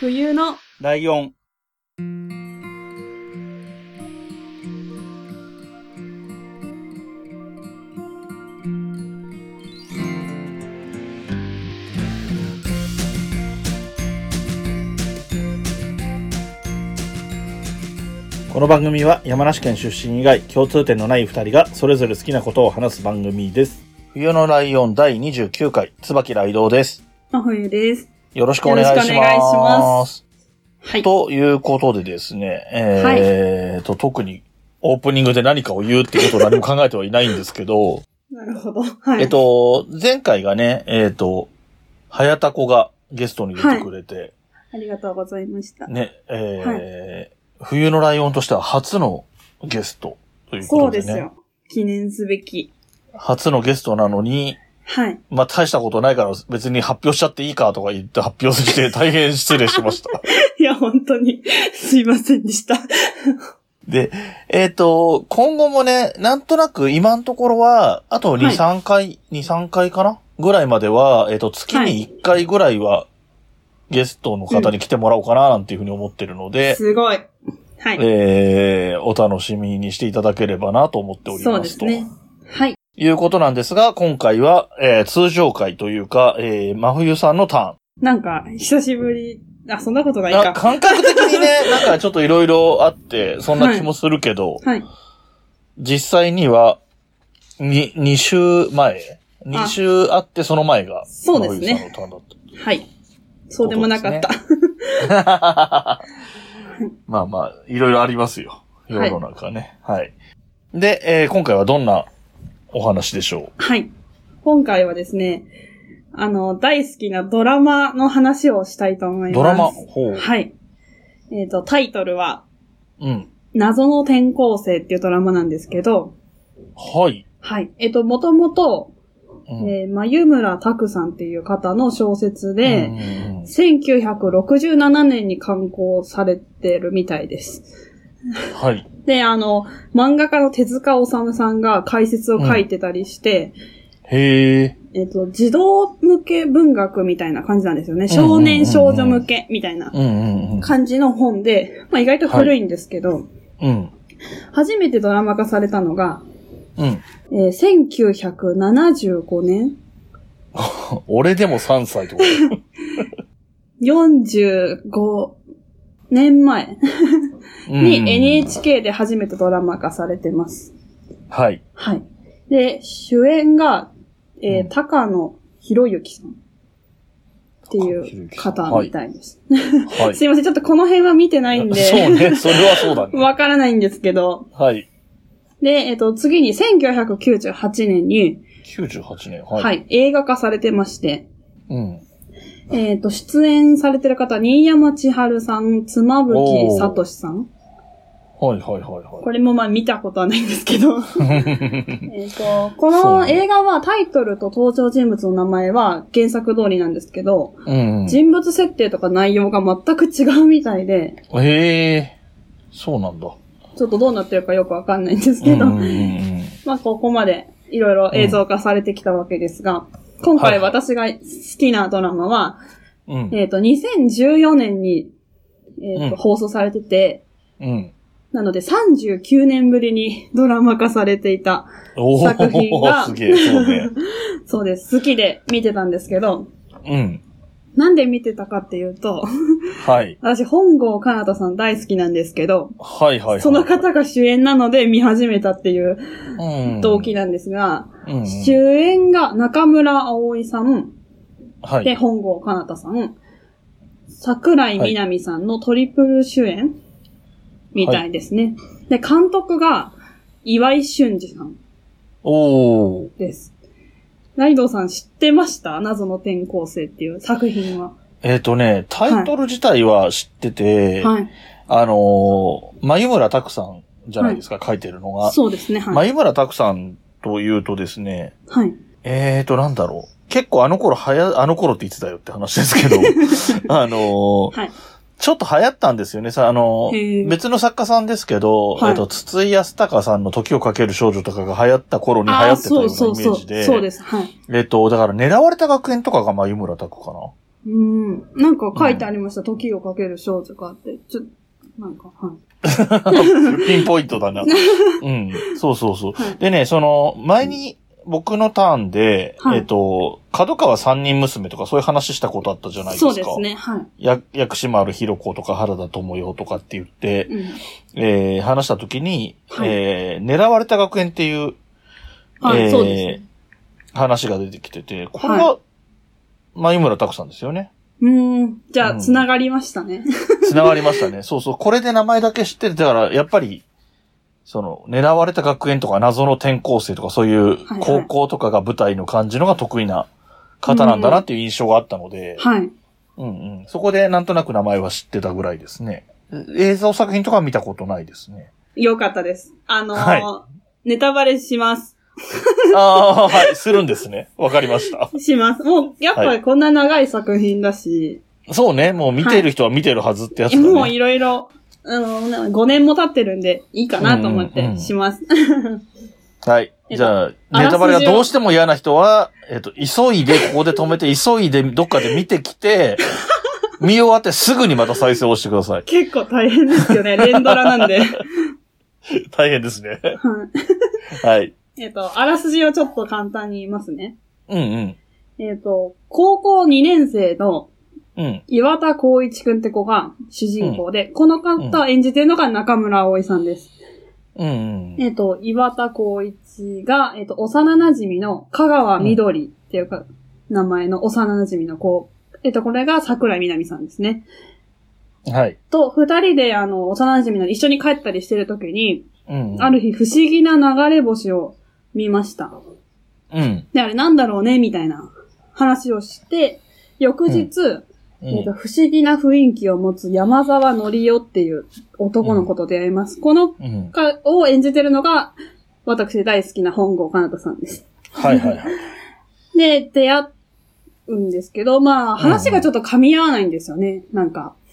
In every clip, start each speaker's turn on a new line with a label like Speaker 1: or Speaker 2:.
Speaker 1: 冬の
Speaker 2: ライオン。この番組は山梨県出身以外共通点のない二人がそれぞれ好きなことを話す番組です。冬のライオン第29回、椿ライドウです。
Speaker 1: 真冬です。
Speaker 2: よろしくお願いします。
Speaker 1: よろしくお願いしますはい。
Speaker 2: ということでですね、えーと、特にオープニングで何かを言うってことを何も考えてはいないんですけど、
Speaker 1: なるほど。はい。
Speaker 2: えっと、前回がね、えっ、と、はやたこがゲストに出てくれて、
Speaker 1: ありがとうございました。
Speaker 2: ね、えー冬のライオンとしては初のゲストというこ
Speaker 1: そう
Speaker 2: とで
Speaker 1: で
Speaker 2: ね。
Speaker 1: すよ。記念すべき。
Speaker 2: 初のゲストなのに、
Speaker 1: はい。
Speaker 2: まあ、大したことないから別に発表しちゃっていいかとか言って発表して大変失礼しました。
Speaker 1: いや、本当に、 すいませんでした。
Speaker 2: で、えっ、と、今後もね、なんとなく今のところは、あと2、
Speaker 1: はい
Speaker 2: 3回、2、3回かなぐらいまでは、えっ、と、月に1回ぐらいは、ゲストの方に来てもらおうかな、なんていうふうに思ってるので、
Speaker 1: すごい。はい。
Speaker 2: えー、お楽しみにしていただければなと思っており
Speaker 1: そう
Speaker 2: ま
Speaker 1: ですす
Speaker 2: と。
Speaker 1: ね。はい。
Speaker 2: いうことなんですが、今回は、えー通常回というか、えー、真冬さんのタ
Speaker 1: なんか、久しぶり。あ、そんなことな
Speaker 2: ーン。
Speaker 1: い
Speaker 2: な
Speaker 1: か。
Speaker 2: 感覚的にね、なんかちょっといろいろあって、そんな気もするけど、
Speaker 1: はい。
Speaker 2: 実際には、に、2週前 ?2 週あってその前が。
Speaker 1: そうですね
Speaker 2: 野口さんのタ
Speaker 1: はい。そうでもなかった。
Speaker 2: ーンだった。 まあまあ、いろいろありますよ。世の中ね。はい。で、えー今回はどんなお話でしょ
Speaker 1: はい。今回はですね、あの、大好きなドラマの話をしたいと思いうます。
Speaker 2: ドラマ、ほう。
Speaker 1: はい。えっ、と、タイトルは、
Speaker 2: うん。
Speaker 1: 謎の転校生っていうドラマなんですけど、
Speaker 2: はい。
Speaker 1: はい。えっ、と、もともと、
Speaker 2: うん
Speaker 1: えー、眉村拓さんっていう方の小説
Speaker 2: う
Speaker 1: で、
Speaker 2: ん
Speaker 1: 1967年に刊行されてるみたいです。
Speaker 2: はい。
Speaker 1: で、あの、漫画家の手塚治虫さんが解説を書いてたりして、
Speaker 2: へえ。
Speaker 1: えっと、児童向け文学みたいな感じなんですよね。
Speaker 2: うんうんうんうん
Speaker 1: 少年少女向けみたいな
Speaker 2: うんうんうん。
Speaker 1: 感じの本で、まあ、意外と古いんですけど、
Speaker 2: うん。
Speaker 1: 初めてドラマ化されたのが、
Speaker 2: うん。
Speaker 1: えー1975年
Speaker 2: 俺でも3歳とか。
Speaker 1: 45年前に
Speaker 2: うん
Speaker 1: NHK で初めてドラマ化されてます。
Speaker 2: はい。
Speaker 1: はい。で、主演が、えー
Speaker 2: うん
Speaker 1: 高野博之さんっていう方みたいです。
Speaker 2: はい。
Speaker 1: すいません、ちょっとこの辺は見てないんで、
Speaker 2: そうね。それはそうだ ね。
Speaker 1: わからないんですけど。
Speaker 2: はい。
Speaker 1: で、えっ、と、次に1998年に、
Speaker 2: 98年。
Speaker 1: はい、
Speaker 2: はい。
Speaker 1: 映画化されてまして、
Speaker 2: うん。
Speaker 1: えっ、と、出演されてる方、新山千春さん、妻夫木聡さん。
Speaker 2: はいはいは
Speaker 1: これもまあ見たことはないんですけ ど。
Speaker 2: いはい。
Speaker 1: えっと、こ
Speaker 2: そう
Speaker 1: の
Speaker 2: ね
Speaker 1: 映画はタイトルと登場人物の名前は原作通りなんですけど、
Speaker 2: うん
Speaker 1: 人物設定とか内容が全く違うみたいで、
Speaker 2: へえ、そうなんだ。
Speaker 1: ちょっとどうなってるかよくわかんないんです
Speaker 2: う
Speaker 1: け
Speaker 2: んう
Speaker 1: ど、
Speaker 2: んうん
Speaker 1: まあここまでいろいろ映像化されてきたわけですが、今
Speaker 2: は
Speaker 1: 回
Speaker 2: いはい
Speaker 1: 私が好きなドラマは、
Speaker 2: うん。
Speaker 1: えっ、と、2014年に、えーと
Speaker 2: うん
Speaker 1: 放送されてて、
Speaker 2: うん。
Speaker 1: なので39年ぶりにドラマ化されていた。
Speaker 2: お
Speaker 1: 作品が
Speaker 2: お、 すげえ、そ うね。
Speaker 1: そうです。好きで見てたんですけど、
Speaker 2: うん。
Speaker 1: なんで見てたかっていうと、
Speaker 2: はい。
Speaker 1: 私本郷奏多さん大好きなんですけど、
Speaker 2: はいはいはい。
Speaker 1: その方が主演なので見始めたっていう
Speaker 2: うん、
Speaker 1: 動機なんですが、
Speaker 2: うんうん
Speaker 1: 主演が中村葵さん、
Speaker 2: は
Speaker 1: で、
Speaker 2: い。
Speaker 1: 本郷奏多さん、桜井みなみさんのトリプル主演みたいですね。で、監督が岩井俊二さん。
Speaker 2: おー。
Speaker 1: です。ライドウさん知ってました謎の転校生っていう作品は。
Speaker 2: えっ、とね、タイトル自体は知ってて、
Speaker 1: はい。
Speaker 2: あのー、眉村拓さんじゃないですか、書いてるのが。
Speaker 1: そうですね、はい。
Speaker 2: 眉村拓さんというとですね、
Speaker 1: はい。
Speaker 2: えーと、なんだろう。結構あの頃はや、あの頃っていつだよって話ですけど、 あのー
Speaker 1: はい
Speaker 2: ちょっと流行ったんですよね。さ、あのー
Speaker 1: へー
Speaker 2: 別の作家さんですけど、
Speaker 1: はい
Speaker 2: えっと、筒井康隆さんの時をかける少女とかが流行った頃に流
Speaker 1: あ
Speaker 2: 行
Speaker 1: あ、
Speaker 2: ってたよ
Speaker 1: そうう
Speaker 2: なイ
Speaker 1: そうそ
Speaker 2: メー
Speaker 1: う。
Speaker 2: ジで、
Speaker 1: そうです。はい。
Speaker 2: えっと、だから狙われた学園とかが、まあ、湯村拓かな。
Speaker 1: うん。なんか書いてありました。時をかける少女があって。ちょ、なんか、はい。
Speaker 2: ピンポイントだな。うん。そうそうそう。
Speaker 1: はい
Speaker 2: でね、その、前に、僕のターンで、
Speaker 1: はい
Speaker 2: えっ、と、角川三人娘とかそういう話したことあったじゃないですか。
Speaker 1: そうですね。はい。
Speaker 2: や、薬師丸ひろ子とか原田智代とかって言って、
Speaker 1: うん。
Speaker 2: えー、話したときに、
Speaker 1: はい
Speaker 2: えー、狙われた学園っていう
Speaker 1: はい、
Speaker 2: えー
Speaker 1: そうですね。
Speaker 2: 話が出てきてて、これは、眉村拓さんですよね。
Speaker 1: うん。じゃ
Speaker 2: う
Speaker 1: あ、
Speaker 2: ん
Speaker 1: つながりましたね。
Speaker 2: 繋がりましたね。そうそう。これで名前だけ知ってる。だから、やっぱり、その、狙われた学園とか謎の転校生とかそういう
Speaker 1: はい
Speaker 2: 高校とかが舞台の感じのが得意な方なんだなっていう印象があったので、
Speaker 1: はい。
Speaker 2: うんうん。そこでなんとなく名前は知ってたぐらいですね。映像作品とかは見たことないですね。
Speaker 1: よかったです。あのー
Speaker 2: は
Speaker 1: ネタバレします。
Speaker 2: ああー、はい、するんですね。わかりました。
Speaker 1: します。もう、やっぱ
Speaker 2: は
Speaker 1: りこんな長い作品だし、
Speaker 2: そうね、もう見てる人は見てるはずってやつだね。
Speaker 1: もういろいろ、あのー、5年も経ってるんで、いいかなと思っ
Speaker 2: うんうんうん
Speaker 1: てします。
Speaker 2: はい。
Speaker 1: えっと
Speaker 2: じゃあ、
Speaker 1: あ
Speaker 2: ネ
Speaker 1: らすじを
Speaker 2: タバレがどうしても嫌な人は、えっと、急いで、ここで止めて、急いで、どっかで見て きて、見終わってすぐにまた再生を押してください。
Speaker 1: 結構大変ですよね。連ドラなんで。 はい
Speaker 2: 大変ですね。はい。
Speaker 1: えっと、あらすじをちょっと簡単に言いますね。
Speaker 2: うんうん。
Speaker 1: えっと、高校2年生の
Speaker 2: うん。
Speaker 1: 岩田光一くんって子が主人公で、この方を演じてるのが中村葵さんです。
Speaker 2: うんうん。
Speaker 1: えっと、岩田光一が、えっと、幼馴染の香川緑っていうか、名前の幼馴染の子。えっと、これが桜井みなみさんですね。
Speaker 2: はい。
Speaker 1: と、二人で、あの、幼馴染の一緒に帰ったりしてる時に、
Speaker 2: うんうん。
Speaker 1: ある日不思議な流れ星を見ました。
Speaker 2: うん。
Speaker 1: で、あれなんだろうね、みたいな話をして、翌日、
Speaker 2: う
Speaker 1: えっと
Speaker 2: ん。
Speaker 1: 不思議な雰囲気を持つ山沢のりおっていう男の子と出会います。この
Speaker 2: うん。
Speaker 1: かを演じてるのが、私大好きな本郷かなたさんです。
Speaker 2: はいはいはい。
Speaker 1: で、出会うんですけど、まあ、話がちょっと噛み合わないんですよね、なんか。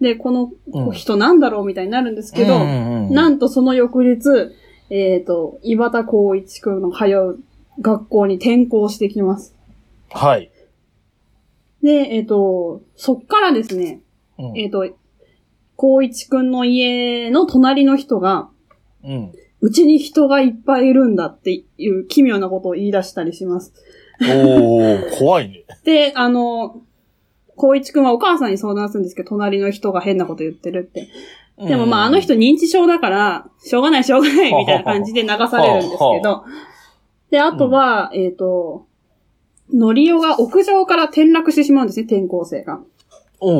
Speaker 1: で、こ
Speaker 2: うん
Speaker 1: の人なんだろうみたいになるんですけど、
Speaker 2: うんうん、
Speaker 1: なんんとその翌日、えっ、と、岩田光一くんの通う学校に転校してきます。
Speaker 2: はい。
Speaker 1: で、えっ、と、そっからですね、
Speaker 2: うん
Speaker 1: えっ、と、光一くんの家の隣の人が、
Speaker 2: うん。
Speaker 1: うちに人がいっぱいいるんだっていう奇妙なことを言い出したりします。
Speaker 2: おー、怖いね。
Speaker 1: で、あの、光一くんはお母さんに相談するんですけど、隣の人が変なこと言ってるって。でもまああの人認知症だから、しょうがないしょうがないみたいな感じで流されるんですけど。で、あとは、えっ、と、のりおが屋上から転落してしまうんですね、転校生が。
Speaker 2: おー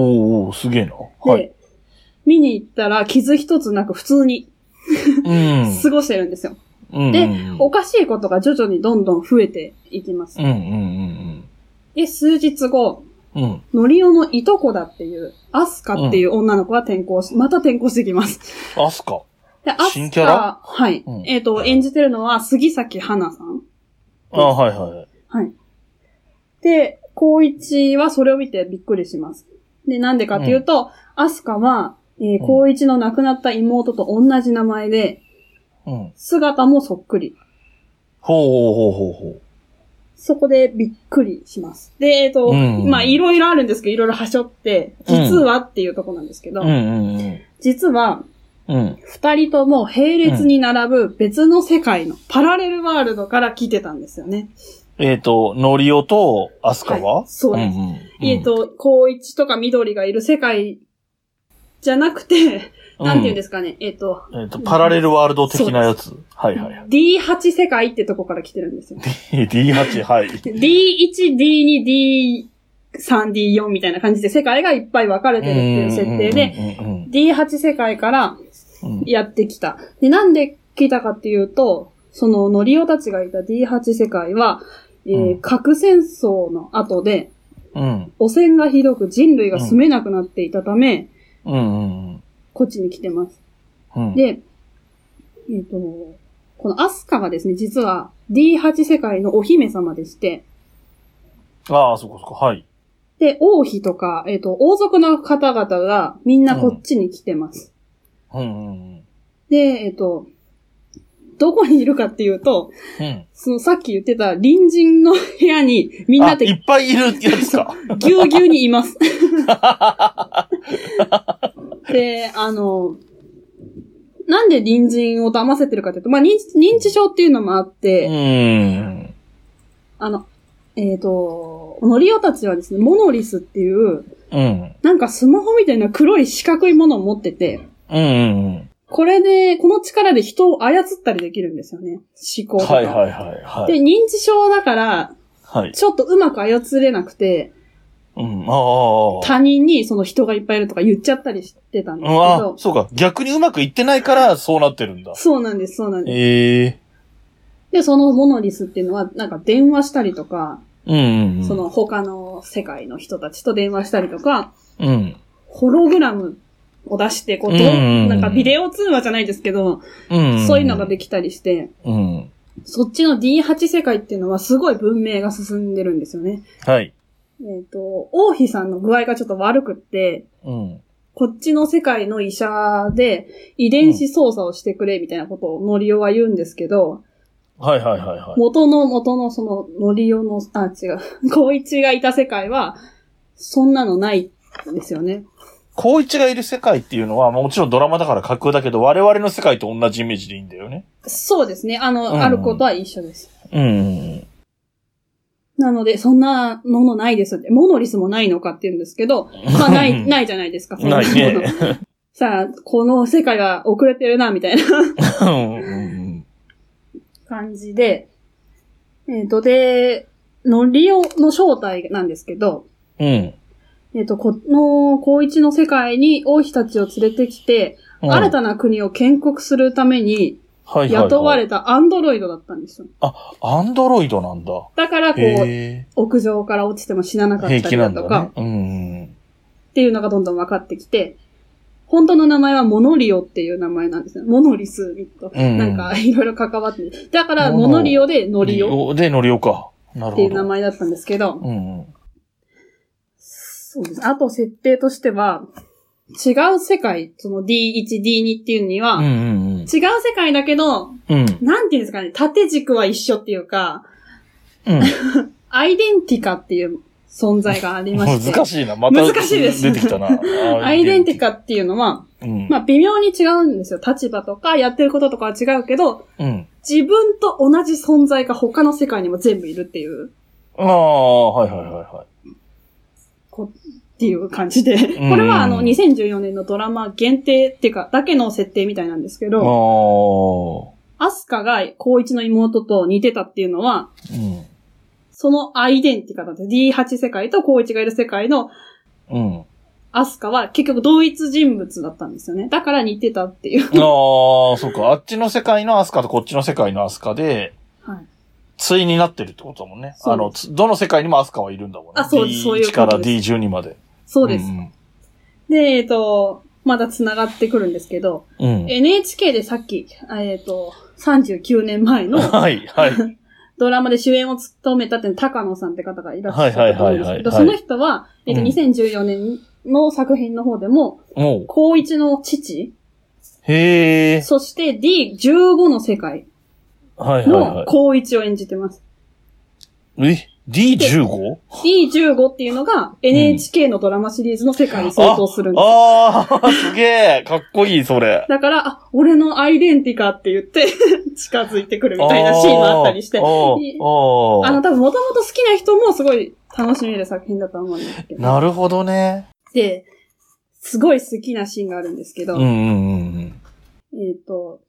Speaker 2: おー、すげえな。
Speaker 1: で、
Speaker 2: はい。
Speaker 1: 見に行ったら傷一つなく普通に
Speaker 2: うん。
Speaker 1: 過ごしてるんですよ。
Speaker 2: うん
Speaker 1: で
Speaker 2: うん
Speaker 1: おかしいことが徐々にどんどん増えていきます
Speaker 2: うん。うん
Speaker 1: で、数日後、
Speaker 2: うんうん。うん。
Speaker 1: のりおのいとこだっていう、アスカっていう女の子が転校し、また転校してきます。
Speaker 2: アスカ。
Speaker 1: で、ア
Speaker 2: 新
Speaker 1: ス
Speaker 2: キャラ
Speaker 1: カ、はい。
Speaker 2: うん
Speaker 1: えっ、と、演じてるのは杉咲花さん。
Speaker 2: あはいはいはい。
Speaker 1: はい。で、光一はそれを見てびっくりします。で、なんでかっていうと、アスカは、えー、光一の亡くなった妹と同じ名前で、
Speaker 2: うん。
Speaker 1: 姿もそっくり。
Speaker 2: ほうほうほうほうほ
Speaker 1: そこでびっくりします。で、えっ、と、
Speaker 2: うん
Speaker 1: まあ、いろいろあるんですけど、いろいろはしょって、実はっていうとこなんですけど、
Speaker 2: う。うんうん
Speaker 1: 実は、
Speaker 2: うん。うん。
Speaker 1: 二人とも並列に並ぶ別の世界のパラレルワールドから来てたんですよね。
Speaker 2: えっ、と、ノリオとアスカは、
Speaker 1: はいそうです
Speaker 2: んん
Speaker 1: えっ、、と、光一とか緑がいる世界じゃなくて、なんて言うんですすかね、えっ、と、
Speaker 2: えっ、と、パラレルワールド的なやつ。はいはいはい。
Speaker 1: D8 世界ってとこから来てるんですよ。
Speaker 2: D8、はい。
Speaker 1: D1、D2、D3、D4 みたいな感じで世界がいっぱい分かれてるっていう設定で、
Speaker 2: で、
Speaker 1: D8 世界から
Speaker 2: うん
Speaker 1: やってきた。で、なんで来たかっていうと、そのノリオたちがいた D8 世界は、えー
Speaker 2: うん
Speaker 1: 核戦争の後で、
Speaker 2: うん。
Speaker 1: 汚染がひどく人類が住めなくなっていたため、
Speaker 2: うんうん
Speaker 1: こっちに来てます。
Speaker 2: うん。
Speaker 1: で、えっ、と、このアスカがですね、実は D8 世界のお姫様でして、
Speaker 2: ああ、そこそこ、はい。
Speaker 1: で、王妃とか、えっ、と、王族の方々がみんなこっちに来てます。
Speaker 2: うんうんうん。
Speaker 1: で、えっ、と、どこにいるかっていうと、
Speaker 2: うん。
Speaker 1: そのさっき言ってた隣人の部屋にみん
Speaker 2: あ、
Speaker 1: なで
Speaker 2: いっぱいいるやつか。
Speaker 1: ぎゅうぎゅうにい ます。で、あの、なんで隣人を騙せてるかというと、まあ認知、認知症っていうのもあっ
Speaker 2: う
Speaker 1: て、
Speaker 2: ん。
Speaker 1: あの、えっ、と、ノリオたちはですね、モノリスっていう、
Speaker 2: うん。
Speaker 1: なんかスマホみたいな黒い四角いものを持ってて、
Speaker 2: うんうん
Speaker 1: これで、この力で人を操ったりできるんですよね。思
Speaker 2: う
Speaker 1: 考
Speaker 2: ん。
Speaker 1: とか。
Speaker 2: はいはいはいはい。
Speaker 1: で、認知症だから、
Speaker 2: はい。
Speaker 1: ちょっとうまく操れなくて、
Speaker 2: うん。ああ。
Speaker 1: 他人にその人がいっぱいいるとか言っちゃったりしてたんですけ
Speaker 2: うわ
Speaker 1: ど、、
Speaker 2: そうか。逆にうまくいってないから、そうなってるんだ。
Speaker 1: そうなんです、そうなんです。
Speaker 2: ええ。
Speaker 1: で、そのモノリスっていうのは、なんか電話したりとか、
Speaker 2: うんうんうん。
Speaker 1: その他の世界の人たちと電話したりとか、
Speaker 2: うん。
Speaker 1: ホログラムを出して、こう、
Speaker 2: うん
Speaker 1: ど
Speaker 2: うんうん
Speaker 1: なんかビデオ通話じゃないですけど、
Speaker 2: うんん。
Speaker 1: そういうのができたりして、
Speaker 2: うん。
Speaker 1: そっちの D8 世界っていうのはすごい文明が進んでるんですよね。
Speaker 2: はい。
Speaker 1: えっ、と、王妃さんの具合がちょっと悪くって、
Speaker 2: うん。
Speaker 1: こっちの世界の医者で遺伝子操作をしてくれみたいなことをノリオは言うんですけど、
Speaker 2: はいはいはいはい。
Speaker 1: 元の元のそのノリオの、あ、違う、 光一がいた世界は、そんなのないんですよね。
Speaker 2: 光一がいる世界っていうのは、まあもちろんドラマだから架空だけど、我々の世界と同じイメージでいいんだよね。
Speaker 1: そうですね。あの、
Speaker 2: うん
Speaker 1: あることは一緒です。
Speaker 2: うん。
Speaker 1: なので、そんなものないですって、モノリスもないのかって言うんですけど、まあ、な い、ないじゃないですか、そんな
Speaker 2: な
Speaker 1: も
Speaker 2: い
Speaker 1: の。
Speaker 2: ね。
Speaker 1: さあ、この世界が遅れてるな、みたいな。
Speaker 2: うんうん
Speaker 1: 感じで、えっ、と、で、のりおの正体なんですけど、
Speaker 2: うん。うん
Speaker 1: えっ、と、この、高一の世界に王妃たちを連れてきて、
Speaker 2: うん。
Speaker 1: 新たな国を建国するために
Speaker 2: はいはいはい
Speaker 1: 雇われたアンドロイドだったんですよ。
Speaker 2: アンドロイドなんだ。
Speaker 1: だから、こう、
Speaker 2: へ
Speaker 1: 屋上から落ちても死なな
Speaker 2: ー
Speaker 1: かった
Speaker 2: 平
Speaker 1: り
Speaker 2: 気な
Speaker 1: だ
Speaker 2: んだ
Speaker 1: とか、
Speaker 2: ね。うん。
Speaker 1: っていうのがどんどん分かってきて、本当の名前はモノリオっていう名前なんですね。モノリスと、
Speaker 2: うん
Speaker 1: なんかいろいろ関わっててだから、
Speaker 2: モノ
Speaker 1: モノリオでノリオっ
Speaker 2: オで、ノリオか。なる
Speaker 1: てい
Speaker 2: ほ
Speaker 1: う名
Speaker 2: ど。
Speaker 1: 前だったんですけど、
Speaker 2: うんうん。
Speaker 1: そうです。あと設定としては、違う世界、その D1、D2 っていうには、
Speaker 2: うん
Speaker 1: 違う
Speaker 2: うん
Speaker 1: 世界だけど、
Speaker 2: うん。うん。
Speaker 1: なんていうんですかね、縦軸は一緒っていうか、
Speaker 2: うん。
Speaker 1: アイデンティカっていう存在がありまして、
Speaker 2: 難しいな。また
Speaker 1: 難しいです
Speaker 2: 出てきたな。
Speaker 1: アイデンティ
Speaker 2: カ。
Speaker 1: カっていうのは、
Speaker 2: うん
Speaker 1: ま。あ微妙に違うんですよ。立場とかやってることとかは違うけど、
Speaker 2: うん。
Speaker 1: 自分と同じ存在が他の世界にも全部いるっていう、
Speaker 2: ああ、はいはいはいはい。
Speaker 1: こっていう感じで。
Speaker 2: ん
Speaker 1: これはあの2014年のドラマ限定っていうか、だけの設定みたいなんですけ
Speaker 2: あ
Speaker 1: ど、
Speaker 2: あ。
Speaker 1: アスカが高一の妹と似てたっていうのは、
Speaker 2: うん。
Speaker 1: そのアイデンティカだって、D8 世界と高一がいる世界の
Speaker 2: うん。
Speaker 1: アスカは結局同一人物だったんですよね。だから似てたっていう。
Speaker 2: ああ、そうか。あっちの世界のアスカとこっちの世界のアスカで、
Speaker 1: はい。
Speaker 2: 対になってるってことだもんね。
Speaker 1: そう
Speaker 2: あの、つどの世界にもアスカはいるんだもんね。
Speaker 1: あそうですそういう
Speaker 2: D1
Speaker 1: こ
Speaker 2: か
Speaker 1: と
Speaker 2: ら
Speaker 1: です
Speaker 2: D12 まで。
Speaker 1: そうです。
Speaker 2: ん
Speaker 1: で、えっ、と、まだ繋がってくるんですけど、
Speaker 2: うん。うん
Speaker 1: NHK でさっき、えっ、と、39年前 の
Speaker 2: はい、 はい。
Speaker 1: ドラマで主演を務めたっていう高野さんって方がいらっしゃっ
Speaker 2: はい
Speaker 1: たと
Speaker 2: は
Speaker 1: 思う
Speaker 2: い
Speaker 1: ん
Speaker 2: は
Speaker 1: ですけ
Speaker 2: いはい
Speaker 1: ど、その人は、えっ、
Speaker 2: うん
Speaker 1: と、2014年の作品の方でも、
Speaker 2: もう。
Speaker 1: 高一の父、
Speaker 2: へえ。
Speaker 1: そして D15 の世界
Speaker 2: はい
Speaker 1: の
Speaker 2: は
Speaker 1: 高一を演じてます。
Speaker 2: いはい。え ?D15?
Speaker 1: D15 っていうのが NHK のドラマシリーズの世界に相当するんです。
Speaker 2: ああ、すげえ。かっこいい、それ。
Speaker 1: だから、あ、俺のアイデンティカって言って 近づいてくるみたいなシーンもあったりして、
Speaker 2: あー
Speaker 1: あ
Speaker 2: あー
Speaker 1: の、多分もともと好きな人もすごい楽しめる作品だと思うんですけど。
Speaker 2: なるほどね。
Speaker 1: で、すごい好きなシーンがあるんですけ
Speaker 2: う
Speaker 1: ど、
Speaker 2: んうん
Speaker 1: えっ、と、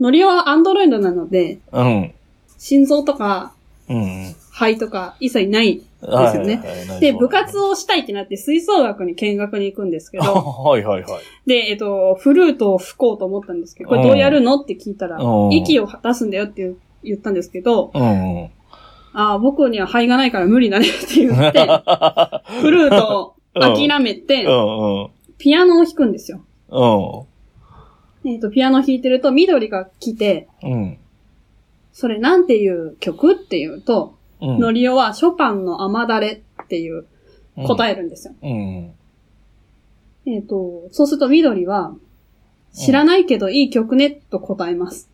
Speaker 1: ノリオはアンドロイドなので、
Speaker 2: うんうん。うん。
Speaker 1: 心臓とか
Speaker 2: うんうん。
Speaker 1: 肺とか一切ない
Speaker 2: は
Speaker 1: で
Speaker 2: い
Speaker 1: すよね
Speaker 2: はいはい
Speaker 1: で、部活をしたいってなって吹奏楽に見学に行くんですけど、
Speaker 2: はいはいはい。
Speaker 1: で、えっと、フルートを吹こうと思ったんですけど、これどうやるのって聞いたら
Speaker 2: う、ん
Speaker 1: 息を出すんだよって言う言ったんですけど、
Speaker 2: うんうん。
Speaker 1: ああ、僕には肺がないから無理だねって言って、 フルートを諦めて
Speaker 2: う、んうん。
Speaker 1: ピアノを弾くんですよ。
Speaker 2: うん。
Speaker 1: えっと、ピアノ弾いてると緑が来て、
Speaker 2: うん。
Speaker 1: それなんていう曲っていうと、
Speaker 2: うん
Speaker 1: ノリオはショパンの雨だれっていう答
Speaker 2: え。
Speaker 1: えるんですよ。
Speaker 2: うん。
Speaker 1: えっ、と、そうすると緑は、知らないけどいい曲ねと答えます。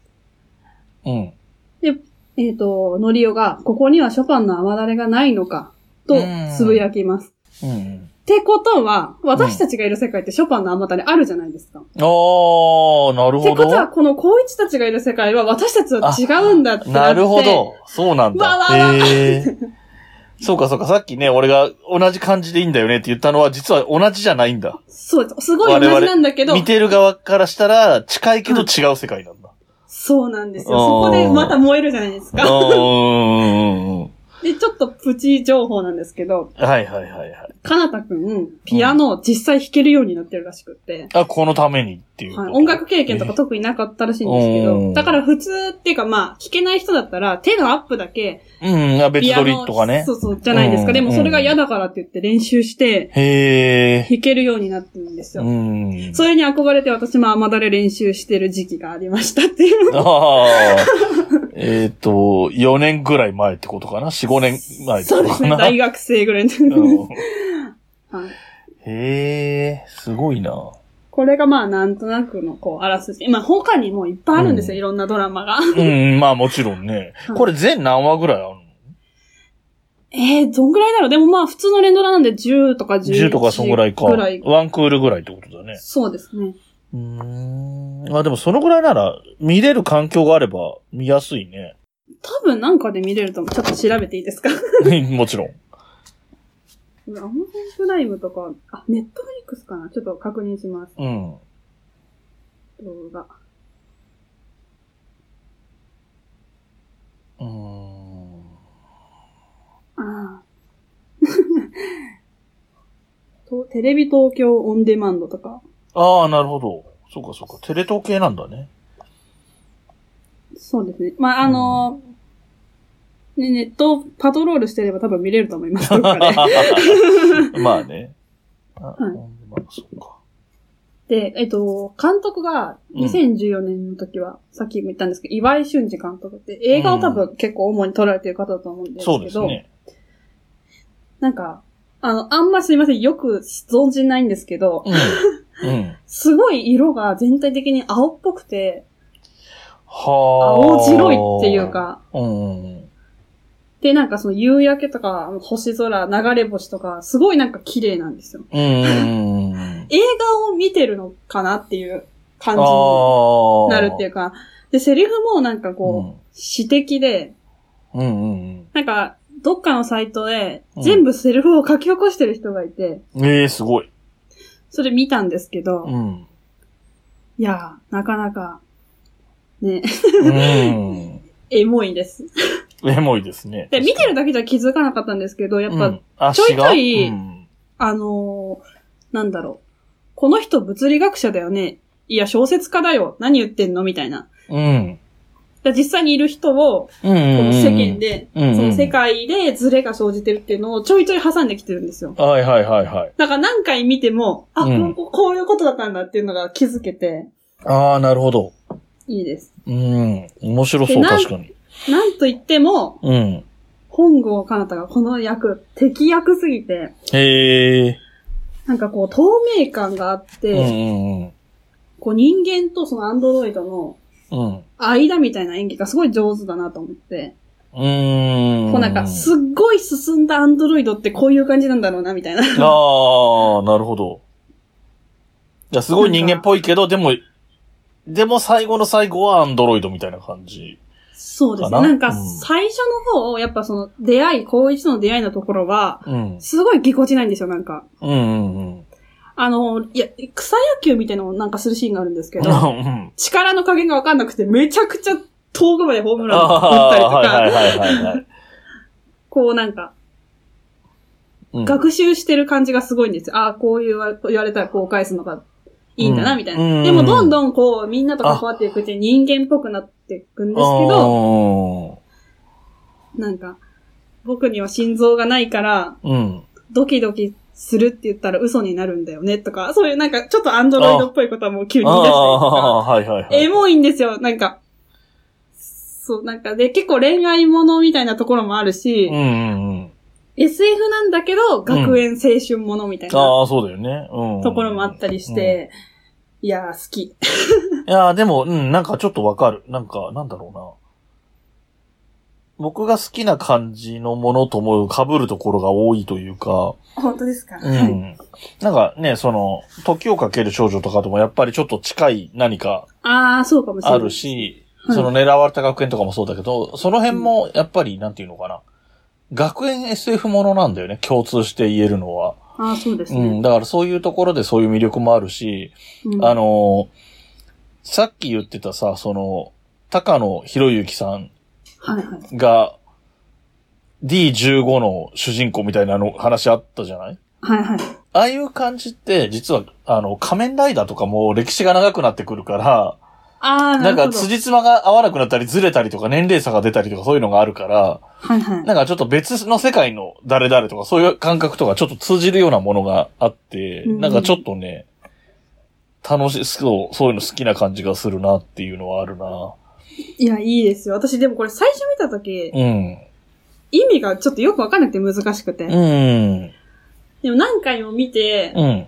Speaker 2: うん。
Speaker 1: えっ、と、のりおが、ここにはショパンの雨だれがないのか、と
Speaker 2: うん、
Speaker 1: つぶやきます。
Speaker 2: うん。
Speaker 1: ってことは、私たちがいる世界ってショパンの雨だれあるじゃないですか。っ
Speaker 2: あー、なる
Speaker 1: て
Speaker 2: ほ
Speaker 1: ことは、
Speaker 2: ど。
Speaker 1: この高一たちがいる世界は私たちと違うんだってなって。
Speaker 2: なるほど。そうなん
Speaker 1: わわ
Speaker 2: だ。
Speaker 1: わ
Speaker 2: へえ。そうかそうか、さっきね、俺が同じ感じでいいんだよねって言ったのは、実は同じじゃないんだ。
Speaker 1: そうです。すごい同じなんだけど、
Speaker 2: 見てる側からしたら、近いけど違う世界なんだ。
Speaker 1: そうなんですよ。
Speaker 2: あー
Speaker 1: そこでまた燃えるじゃないです
Speaker 2: う
Speaker 1: か。
Speaker 2: ーん。
Speaker 1: で、ちょっとプチ情報なんですけど、
Speaker 2: はいはいはいはい。
Speaker 1: かなたくん、ピアノを実際弾けるようになってるらしくって、
Speaker 2: あ、このためにっていうこと。
Speaker 1: はい、音楽経験とか特になかったらしいんですけ
Speaker 2: えー
Speaker 1: ど、だから普通っていうかまあ、弾けない人だったら手のアップだけ、
Speaker 2: うん、あ別
Speaker 1: ピア
Speaker 2: 撮り
Speaker 1: ノ
Speaker 2: とかね
Speaker 1: そ。うそう、じゃないです
Speaker 2: う
Speaker 1: か。
Speaker 2: ん
Speaker 1: でもそれが嫌だからって言って練習して、
Speaker 2: へえ。
Speaker 1: 弾けるようになってるんです
Speaker 2: う
Speaker 1: よ。
Speaker 2: ん。
Speaker 1: それに憧れて私も雨だれ練習してる時期がありましたっていう。
Speaker 2: ああ。 えっと、4年ぐらい前ってことかな ?4、5年前って
Speaker 1: そう
Speaker 2: こと
Speaker 1: です
Speaker 2: か
Speaker 1: ね、
Speaker 2: な。
Speaker 1: 大学生ぐらいの時
Speaker 2: うん
Speaker 1: に。はい
Speaker 2: へえ、すごいな。
Speaker 1: これがまあなんとなくのこう、あらすじ。まあ他にもいっぱいあるんですよ、
Speaker 2: うん
Speaker 1: いろんなドラマが。
Speaker 2: うん、まあもちろんね。
Speaker 1: はい
Speaker 2: これ全何話ぐらいあるの
Speaker 1: ええどんぐらいだろうでもまあ普通の連ドラなんで10とか11
Speaker 2: ?10 とかそんぐらいか。
Speaker 1: ぐらい
Speaker 2: ワンクールぐらいってことだね。
Speaker 1: そうですね。
Speaker 2: うーん。あ、でもそのぐらいなら、見れる環境があれば見やすいね。
Speaker 1: 多分なんかで見れると思う。ちょっと調べていいです か
Speaker 2: もちろん。
Speaker 1: アマゾンプライムとか、あ、ネットフリックスかなちょっと確認します。
Speaker 2: うん。
Speaker 1: 動画。
Speaker 2: うーん。
Speaker 1: ああ。 とテレビ東京オンデマンドとか。
Speaker 2: ああ、なるほど。そうかそうか。テレ東系なんだね。
Speaker 1: そうですね。まああのーね、ネットをパトロールしてれば多分見れると思い ます。どっかで
Speaker 2: まあね。あ、
Speaker 1: うん
Speaker 2: まあ、そうか。
Speaker 1: で、えっと、監督が
Speaker 2: うん
Speaker 1: 2014年の時は、さっきも言ったんですけど、岩井俊二監督って映画を多分結構主に撮られてる方だと思うんですけ
Speaker 2: そ
Speaker 1: ど、
Speaker 2: うですね。
Speaker 1: なんか、あの、あんますいません、よく存じないんですけど、
Speaker 2: うん。うん。
Speaker 1: すごい色が全体的に青っぽくて、
Speaker 2: はあ。
Speaker 1: 青白いっていう。か、
Speaker 2: うんうんうん。
Speaker 1: で、なんかその夕焼けとか、星空、流れ星とか、すごいなんか綺麗なんですよ。
Speaker 2: うんうんうん。
Speaker 1: 映画を見てるのかなっていう感じに
Speaker 2: あ
Speaker 1: なるっていううか、で、セリフもなんかこう、
Speaker 2: ん。
Speaker 1: 詩的で、
Speaker 2: うんうん
Speaker 1: なんか、どっかのサイトで
Speaker 2: う、ん
Speaker 1: 全部セリフを書き起こしてる人がいて、
Speaker 2: うん。ええすごい。
Speaker 1: それ見たんですけど、
Speaker 2: う
Speaker 1: い
Speaker 2: ん。
Speaker 1: やー、なかなか、ね、
Speaker 2: うん。
Speaker 1: エモいです。
Speaker 2: エモいですね。
Speaker 1: で、見てるだけじゃ気づかなかったんですけど、やっぱ、
Speaker 2: うん、足
Speaker 1: ちょいちょ
Speaker 2: が
Speaker 1: い
Speaker 2: うん
Speaker 1: あのー、なんだろう。この人物理学者だよね。いや、小説家だよ。何言ってんのみたいな。
Speaker 2: うん。
Speaker 1: だ実際にいる人を、
Speaker 2: うんうん
Speaker 1: こ
Speaker 2: うん
Speaker 1: の世間。で、
Speaker 2: うんうん
Speaker 1: その世界でズレが生じてるっていうのをちょいちょい挟んできてるんですよ。
Speaker 2: はいはいはいはい。
Speaker 1: だから何回見ても、あ、
Speaker 2: うん
Speaker 1: こうこういうことだったんだっていうのが気づけて、
Speaker 2: ああ、なるほど。
Speaker 1: いいです。
Speaker 2: うん。面白そ
Speaker 1: で
Speaker 2: う、
Speaker 1: なん
Speaker 2: 確かに。
Speaker 1: なんと言っても、
Speaker 2: うん。
Speaker 1: 本郷奏太がこの役、敵役すぎて、
Speaker 2: へえ。
Speaker 1: なんかこう透明感があって、
Speaker 2: うんうんうん。
Speaker 1: こう人間とそのアンドロイドの
Speaker 2: うん。
Speaker 1: 間みたいな演技がすごい上手だなと思って、
Speaker 2: うーん。
Speaker 1: こうなんかすっごい進んだアンドロイドってこういう感じなんだろうなみ たいな。
Speaker 2: ああ、なるほど。じゃあすごい人間っぽいけど、でも、でも最後の最後はアンドロイドみたいな感じ。
Speaker 1: そうです
Speaker 2: か
Speaker 1: ね。
Speaker 2: な
Speaker 1: なんか
Speaker 2: うん
Speaker 1: 最初の方をやっぱその出会い、高一との出会いのところは、
Speaker 2: うん。
Speaker 1: すごいぎこちないんですよ、なんか。
Speaker 2: うんうんうん。
Speaker 1: あの、いや、草野球みたいなのをなんかするシーンがあるんですけど、
Speaker 2: うん
Speaker 1: 力の加減がわかんなくて、めちゃくちゃ遠くまでホーム
Speaker 2: あ
Speaker 1: ラン打ったり
Speaker 2: あ、
Speaker 1: とか、
Speaker 2: はいはいはいはいはい。
Speaker 1: こうなんか、
Speaker 2: うん
Speaker 1: 学習してる感じがすごいんですよ。ああ、こういうわ言われたらこう返すのがいいんだ
Speaker 2: う
Speaker 1: な、
Speaker 2: ん
Speaker 1: みたい
Speaker 2: うん
Speaker 1: な。でもどんどんこう、みんなと関わっていくうちに人間っぽくなっていくんですけど、なんか、僕には心臓がないから、
Speaker 2: あーうん。
Speaker 1: ドキドキするって言ったら嘘になるんだよね、とか、そういうなんか、ちょっとアンドロイドっぽいことはもう急に
Speaker 2: あ
Speaker 1: 言い出して
Speaker 2: あ、はいはいはい。
Speaker 1: エモいんですよ、なんか。そう、なんかで、結構恋愛ものみたいなところもあるし、
Speaker 2: うんうんうん。
Speaker 1: SF なんだけど、学園青春ものみたいな
Speaker 2: ああ、そうだよね。うん。
Speaker 1: ところもあったりして、いやー、好き。
Speaker 2: いやーでも、うん、なんかちょっとわかる。なんか、なんだろ僕が好きな感じのものとも被るところが多いというか、
Speaker 1: 本当ですか、
Speaker 2: う
Speaker 1: はい
Speaker 2: ん。なんかね、その、時をかける少女とかともやっぱりちょっと近い何か
Speaker 1: ああ、そうかもしれな
Speaker 2: あ
Speaker 1: い。
Speaker 2: る。し、
Speaker 1: はい
Speaker 2: その狙われた学園とかもそうだけど、その辺もやっぱり、なんていうのかな。学園 SF ものなんだよね、共通して言えるのは。
Speaker 1: ああ、そうです
Speaker 2: う
Speaker 1: ね
Speaker 2: ん、。だからそういうところでそういう魅力もあるし、
Speaker 1: うん
Speaker 2: あのーさっき言ってたさ、その、高野博之さん
Speaker 1: はいはい。
Speaker 2: が D15 の主人公みたいなの話あったじゃない
Speaker 1: はいはい。
Speaker 2: ああいう感じって、実は、あの、仮面ライダーとかも歴史が長くなってくるから、
Speaker 1: ああ、な
Speaker 2: なん
Speaker 1: るほ
Speaker 2: か
Speaker 1: ど。
Speaker 2: 辻褄が合わなくなったりずれたりとか年齢差が出たりとかそういうのがあるから、
Speaker 1: はいはい。
Speaker 2: なんかちょっと別の世界の誰々とかそういう感覚とかちょっと通じるようなものがあって、
Speaker 1: うん
Speaker 2: なんかちょっとね、楽しそう、そういうの好きな感じがするなっていうのはあるな。
Speaker 1: いや、いいですよ。私でもこれ最初見たとき、
Speaker 2: うん。
Speaker 1: 意味がちょっとよくわかんなくて難しくて。
Speaker 2: うん。
Speaker 1: でも何回も見て、
Speaker 2: うん。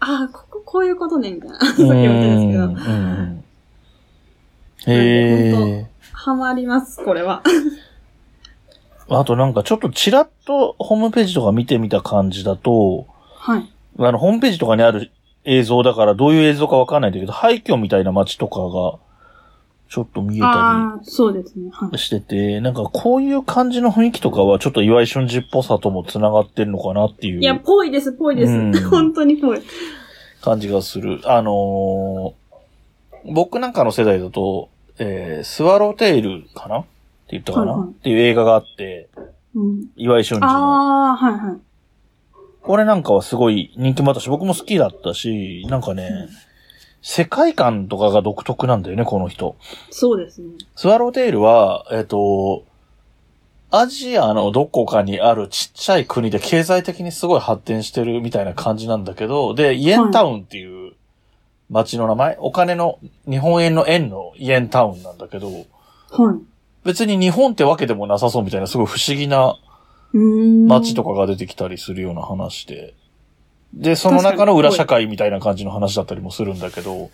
Speaker 1: ああ、こここういうことね、みたいな。 さっき
Speaker 2: う
Speaker 1: も言ったんですけ
Speaker 2: ん
Speaker 1: ど。
Speaker 2: うん。へえ。
Speaker 1: ハマります、これは。
Speaker 2: あとなんかちょっとちらっとホームページとか見てみた感じだと、
Speaker 1: はい。
Speaker 2: あの、ホームページとかにある映像だからどういう映像かわかんないんだけど、廃墟みたいな街とかが、ちょっと見えた
Speaker 1: ああ、そうですね。はい
Speaker 2: りしてて、なんかこういう感じの雰囲気とかは、ちょっと岩井俊二っぽさとも繋がってるのかなってい
Speaker 1: いや、
Speaker 2: う
Speaker 1: ぽいです、ぽいで
Speaker 2: うん
Speaker 1: す。 本当にぽい。
Speaker 2: 感じがする。あのー僕なんかの世代だと、えー、スワローテイルかなって言ったかな、
Speaker 1: はいはい
Speaker 2: っていう映画があって、
Speaker 1: うん、
Speaker 2: 岩井俊二の。
Speaker 1: ああ、はいはい。
Speaker 2: これなんかはすごい人気もあったし、僕も好きだったし、なんかね、世界観とかが独特なんだよね、この人。
Speaker 1: そうですね。
Speaker 2: スワローテイルは、えっ、と、アジアのどこかにあるちっちゃい国で経済的にすごい発展してるみたいな感じなんだけど、で、イエンタウンっていう街の名前、お金の、日本円の円のイエンタウンなんだけど、
Speaker 1: はい。
Speaker 2: 別に日本ってわけでもなさそうみたいなすごい不思議な
Speaker 1: うーん。
Speaker 2: 街とかが出てきたりするような話で。で、その中の裏社会みたいな感じの話だったりもするんだけど、
Speaker 1: は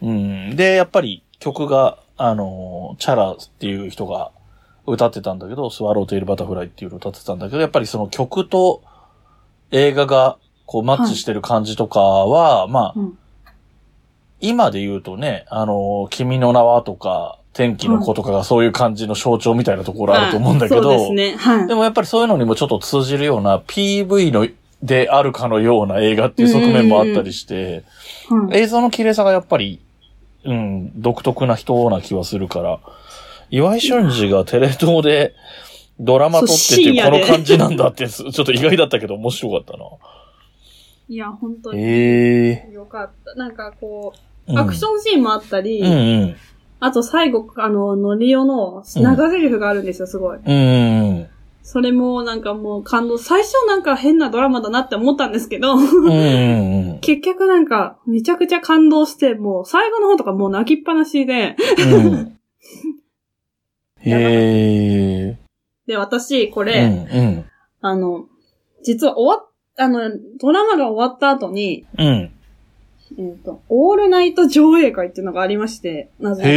Speaker 2: うん。で、やっぱり曲が、あのー、チャラっていう人が歌ってたんだけど、スワローテイルバタフライっていうのを歌ってたんだけど、やっぱりその曲と映画がこうマッチしてる感じとかは、まあ、
Speaker 1: うん
Speaker 2: 今で言うとね、あのー、君の名はとか、天気の子とかがそういう感じの象徴みたいなところあると思うんだけど、
Speaker 1: はいそうですね。はい
Speaker 2: で。もやっぱりそういうのにもちょっと通じるような PV のであるかのような映画っていう側面もあったりして、
Speaker 1: はい
Speaker 2: 映像の綺麗さがやっぱり、うん、独特な人な気はするから、岩井俊二がテレ東でドラマ撮って
Speaker 1: そう深
Speaker 2: て
Speaker 1: 夜
Speaker 2: こ
Speaker 1: で
Speaker 2: の感じなんだって、すちょっと意外だったけど面白かったな。
Speaker 1: いや、本当に。
Speaker 2: ええ
Speaker 1: よかった。なんかこ
Speaker 2: うん
Speaker 1: う、アクションシーンもあったり、
Speaker 2: うんうん。
Speaker 1: あと最後、あの、ノリオの長台詞があるんですよ、すごい。
Speaker 2: うんうん
Speaker 1: それもなんかもう感動。最初なんか変なドラマだなって思ったんですけど、
Speaker 2: うん。うんうん
Speaker 1: 結局なんかめちゃくちゃ感動して、もう最後の方とかもう泣きっぱなしで、
Speaker 2: うん。うん。へえ。
Speaker 1: で、私、こ
Speaker 2: う
Speaker 1: れ、
Speaker 2: んうん。
Speaker 1: あの、実は終わっ、あの、ドラマが終わった後に、
Speaker 2: うん。
Speaker 1: えっ、と、オールナイト上映会っていうのがありまして、なぜか
Speaker 2: へ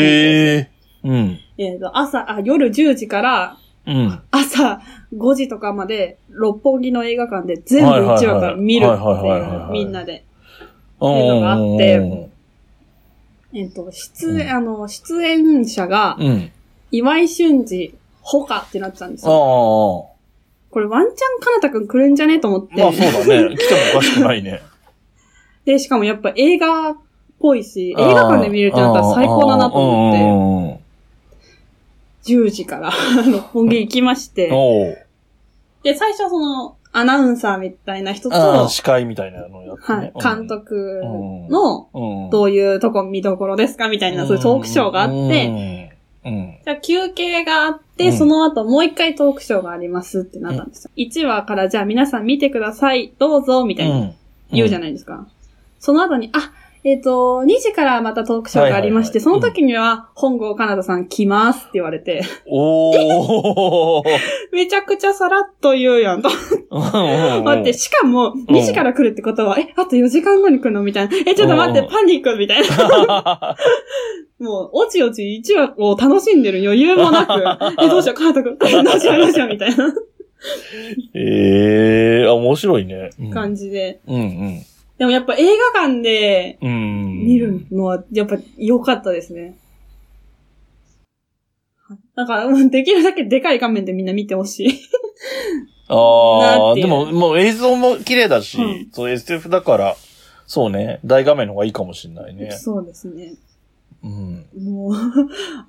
Speaker 2: え。うん。
Speaker 1: えっ、と、朝、あ、夜10時から
Speaker 2: うん。
Speaker 1: 朝5時とかまで、六本木の映画館で全部
Speaker 2: はいはいはい
Speaker 1: 1話から見るって
Speaker 2: はいはいはいはい
Speaker 1: い
Speaker 2: は
Speaker 1: う、
Speaker 2: い
Speaker 1: みんなで。
Speaker 2: って
Speaker 1: いうのがあって
Speaker 2: う
Speaker 1: えっ、と、
Speaker 2: う
Speaker 1: 出
Speaker 2: ん
Speaker 1: 演、あの、出演者が、
Speaker 2: ん。
Speaker 1: 岩井俊二、ほかってなってたんです
Speaker 2: ああ。
Speaker 1: よ。これワンチャンかなたくん来るんじゃねと思って。
Speaker 2: まあそうだね。来てもおかしくないね。
Speaker 1: で、しかもやっぱ映画っぽい し、映画館で見るってなったら最高だなと思って、
Speaker 2: 思って。
Speaker 1: 10時から、 あの、本気行きまして、
Speaker 2: おう
Speaker 1: で、最初その、アナウンサーみたいな人と、
Speaker 2: ああ、
Speaker 1: は
Speaker 2: 司会みたいなのやってね
Speaker 1: い、。監督
Speaker 2: うん
Speaker 1: の、
Speaker 2: うん。
Speaker 1: どういうとこ見どころですかみたいな、そういうトークショーがあって、
Speaker 2: て。うん。
Speaker 1: じゃあ休憩があっ
Speaker 2: う
Speaker 1: て、
Speaker 2: ん
Speaker 1: その後もう一回トークショーがありますってなったんですよ。1話からじゃあ皆さん見てください、どうぞ、みたいな、言うじゃ
Speaker 2: な
Speaker 1: な
Speaker 2: い。
Speaker 1: いですか。その後に、あ、えっ、と、2時からまたトークショーがありまして、
Speaker 2: はいはいはい
Speaker 1: その時には、本郷かなださん来ますって言われて、
Speaker 2: おー。
Speaker 1: めちゃくちゃさらっと言うやんと思
Speaker 2: 待
Speaker 1: って、しかも、2時から来るってことは、え、あと4時間後に来るのみたいな。え、ちょっと待っ
Speaker 2: うん
Speaker 1: て
Speaker 2: う、ん
Speaker 1: パニックみたいな。もう、おちおち1話を楽しんでる余裕もな く、え、どうしよう、カート君、 えどうしよう、どうしよう、みたいな
Speaker 2: ええー、あ、面白いね。うん
Speaker 1: 感じで。
Speaker 2: うん
Speaker 1: でもやっぱ映画館で
Speaker 2: うん。うん。
Speaker 1: 見るのは、やっぱ良かったですね。なんか、うんできるだけでかい画面でみんな見てほしい。
Speaker 2: あ
Speaker 1: な
Speaker 2: あ、
Speaker 1: んてい
Speaker 2: で
Speaker 1: う
Speaker 2: も、もう映像も綺麗だし、
Speaker 1: うん
Speaker 2: そう SF だから、そうね、大画面の方がいいかもしれないね。
Speaker 1: そうですね。
Speaker 2: うん。
Speaker 1: もう、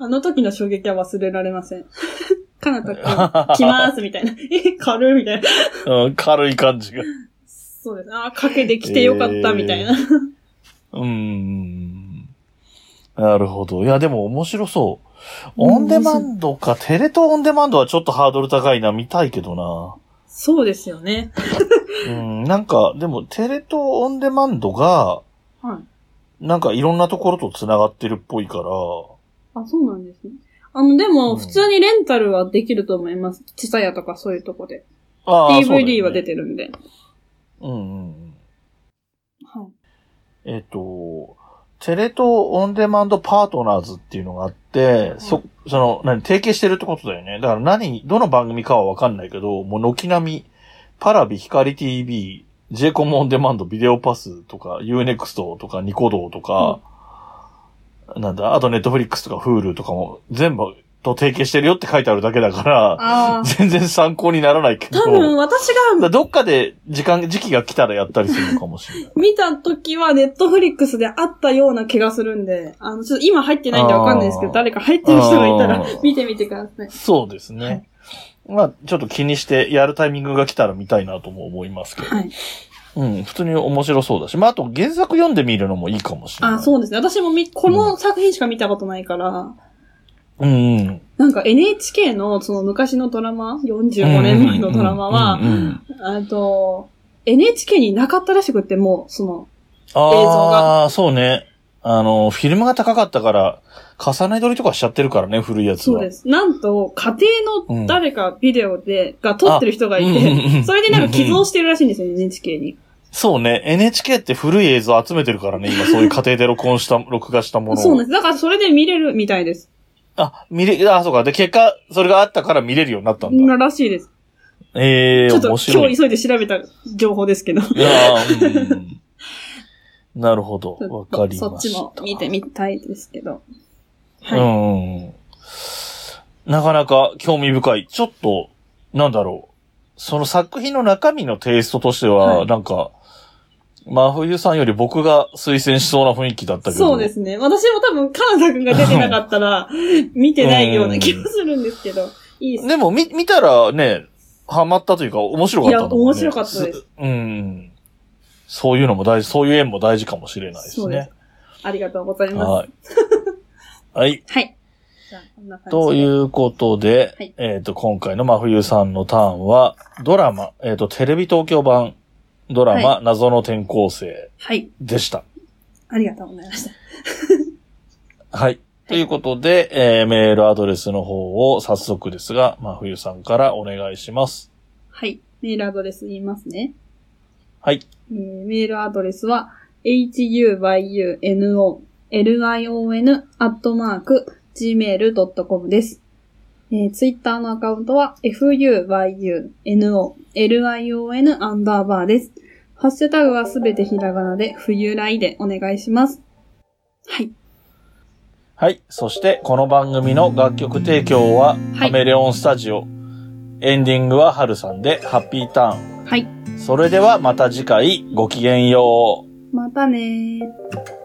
Speaker 1: あの時の衝撃は忘れられません。 かなた くん、来ます、みたいな。え、軽い、みたいな。
Speaker 2: うん軽い感じが。
Speaker 1: そうです。あー、かけてきてよかった、みたいな。
Speaker 2: うん。なるほど。いや、でも面白そう。オンデマンドか、テレ東オンデマンドはちょっとハードル高いな、見たいけどな。
Speaker 1: そうですよね。
Speaker 2: うん、なんか、でも、テレ東オンデマンドが、
Speaker 1: はい。
Speaker 2: なんかいろんなところと繋がってるっぽいから、
Speaker 1: あ、そうなんですね。あの、でも、
Speaker 2: うん
Speaker 1: 普通にレンタルはできると思います。ちさやとかそういうとこで。
Speaker 2: あーそうだよ
Speaker 1: DVD
Speaker 2: ね
Speaker 1: は出てるんで。
Speaker 2: うんうんうん。
Speaker 1: はい。
Speaker 2: えっ、と、テレ東オンデマンドパートナーズっていうのがあって、そ、その、何、提携してるってことだよね。だから何、どの番組かはわかんないけど、もう軒並み、パラビ、ヒカリ TV、ジェイコムオンデマンド、ビデオパスとか、UNEXT とか、ニコ動とか、なんだ、あとネットフリックスとか、Hulu とかも、全部と提携してるよって書いてあるだけだから、
Speaker 1: ああ。
Speaker 2: 全然参考にならないけど、
Speaker 1: 多分、私
Speaker 2: だか
Speaker 1: が
Speaker 2: らどっかで時間、時期が来たらやったりするのかもしれない。
Speaker 1: 見た時は、ネットフリックスであったような気がするんで、あの、ちょっと今入ってないんでわかんないですけど、
Speaker 2: あー
Speaker 1: 誰か入ってる人がいた
Speaker 2: あ
Speaker 1: ら
Speaker 2: ー、
Speaker 1: 見てみてください。
Speaker 2: そうですね。まあ、ちょっと気にして、やるタイミングが来たら見たいなとも思いますけど。
Speaker 1: はい。
Speaker 2: うん、普通に面白そうだし。まあ、あと原作読んでみるのもいいかもしれない。
Speaker 1: あ、そうですね。私もみ、この作品しか見たことないから、
Speaker 2: う。うんうん。
Speaker 1: なんか NHK のその昔のドラマ、45年前のドラマ
Speaker 2: う
Speaker 1: は
Speaker 2: ん、うんうん
Speaker 1: あと、NHK になかったらしくって、もう、その、映像
Speaker 2: ああ、そうね。あの、フィルムが高かったから、重ね撮りとかしちゃってるからね、古いやつ
Speaker 1: そ
Speaker 2: は。
Speaker 1: うです。なんと、家庭の誰かビデオで、が撮ってる人がい
Speaker 2: うんうんうんう
Speaker 1: て、
Speaker 2: ん
Speaker 1: それでなんか寄贈してるらしいんですよ、NHK に。
Speaker 2: そうね。NHK って古い映像集めてるからね、今そういう家庭で録音した、録画したものを。
Speaker 1: そうなんです。だからそれで見れるみたいです。
Speaker 2: あ、見れ、あ、そうか。で、結果、それがあったから見れるようになったんだ。
Speaker 1: らしいです。
Speaker 2: ええ
Speaker 1: ちょっと
Speaker 2: 面白い。
Speaker 1: 今日急いで調べた情報ですけど。
Speaker 2: いやーうんなるほど。
Speaker 1: ちょ
Speaker 2: わ
Speaker 1: っと
Speaker 2: かりました。
Speaker 1: そっちも見てみたいですけど。
Speaker 2: う
Speaker 1: は
Speaker 2: んうんうん。なかなか興味深い。ちょっと、なんだろう。その作品の中身のテイストとしては、
Speaker 1: はい
Speaker 2: なんか、真冬さんより僕が推薦しそうな雰囲気だった
Speaker 1: い。
Speaker 2: けど。
Speaker 1: そうですね。私も多分、カナダ君が出てなかった ら、見てないような気がするんですけど。いいです。
Speaker 2: でも、み、見たらね、ハマったというか、面白かったんだもんね
Speaker 1: いや面白かったです
Speaker 2: すうん。そういうのも大事、そういう縁も大事かもしれないです
Speaker 1: そうで
Speaker 2: ね
Speaker 1: す。ありがとうございます。
Speaker 2: はい。はい。
Speaker 1: はい。じゃあ、こんな感じで。
Speaker 2: ということで、
Speaker 1: はい
Speaker 2: えっ、と、今回の真冬さんのターンは、ドラマ、えっ、と、テレビ東京版ドラマ、
Speaker 1: は
Speaker 2: 謎の転校生
Speaker 1: はい。
Speaker 2: でした。
Speaker 1: ありがとうございました。
Speaker 2: はい。ということで、えーメールアドレスの方を早速ですが、真冬さんからお願いします。
Speaker 1: はい。メールアドレス言いますね。
Speaker 2: はい。
Speaker 1: えーメールアドレスは、huyuno,lion, アットマーク、gmail.com です。えー、ツイッターのアカウントは、fuyuno, lion, アンダーバーです。ハッシュタグはすべてひらがなで、冬来でお願いします。はい。
Speaker 2: はい。そして、この番組の楽曲提供は、
Speaker 1: はい
Speaker 2: カメレオンスタジオ。エンディングは春さんで、ハッピーター
Speaker 1: はい。
Speaker 2: ン。それではまた次回、ごきげんよう。
Speaker 1: またねー。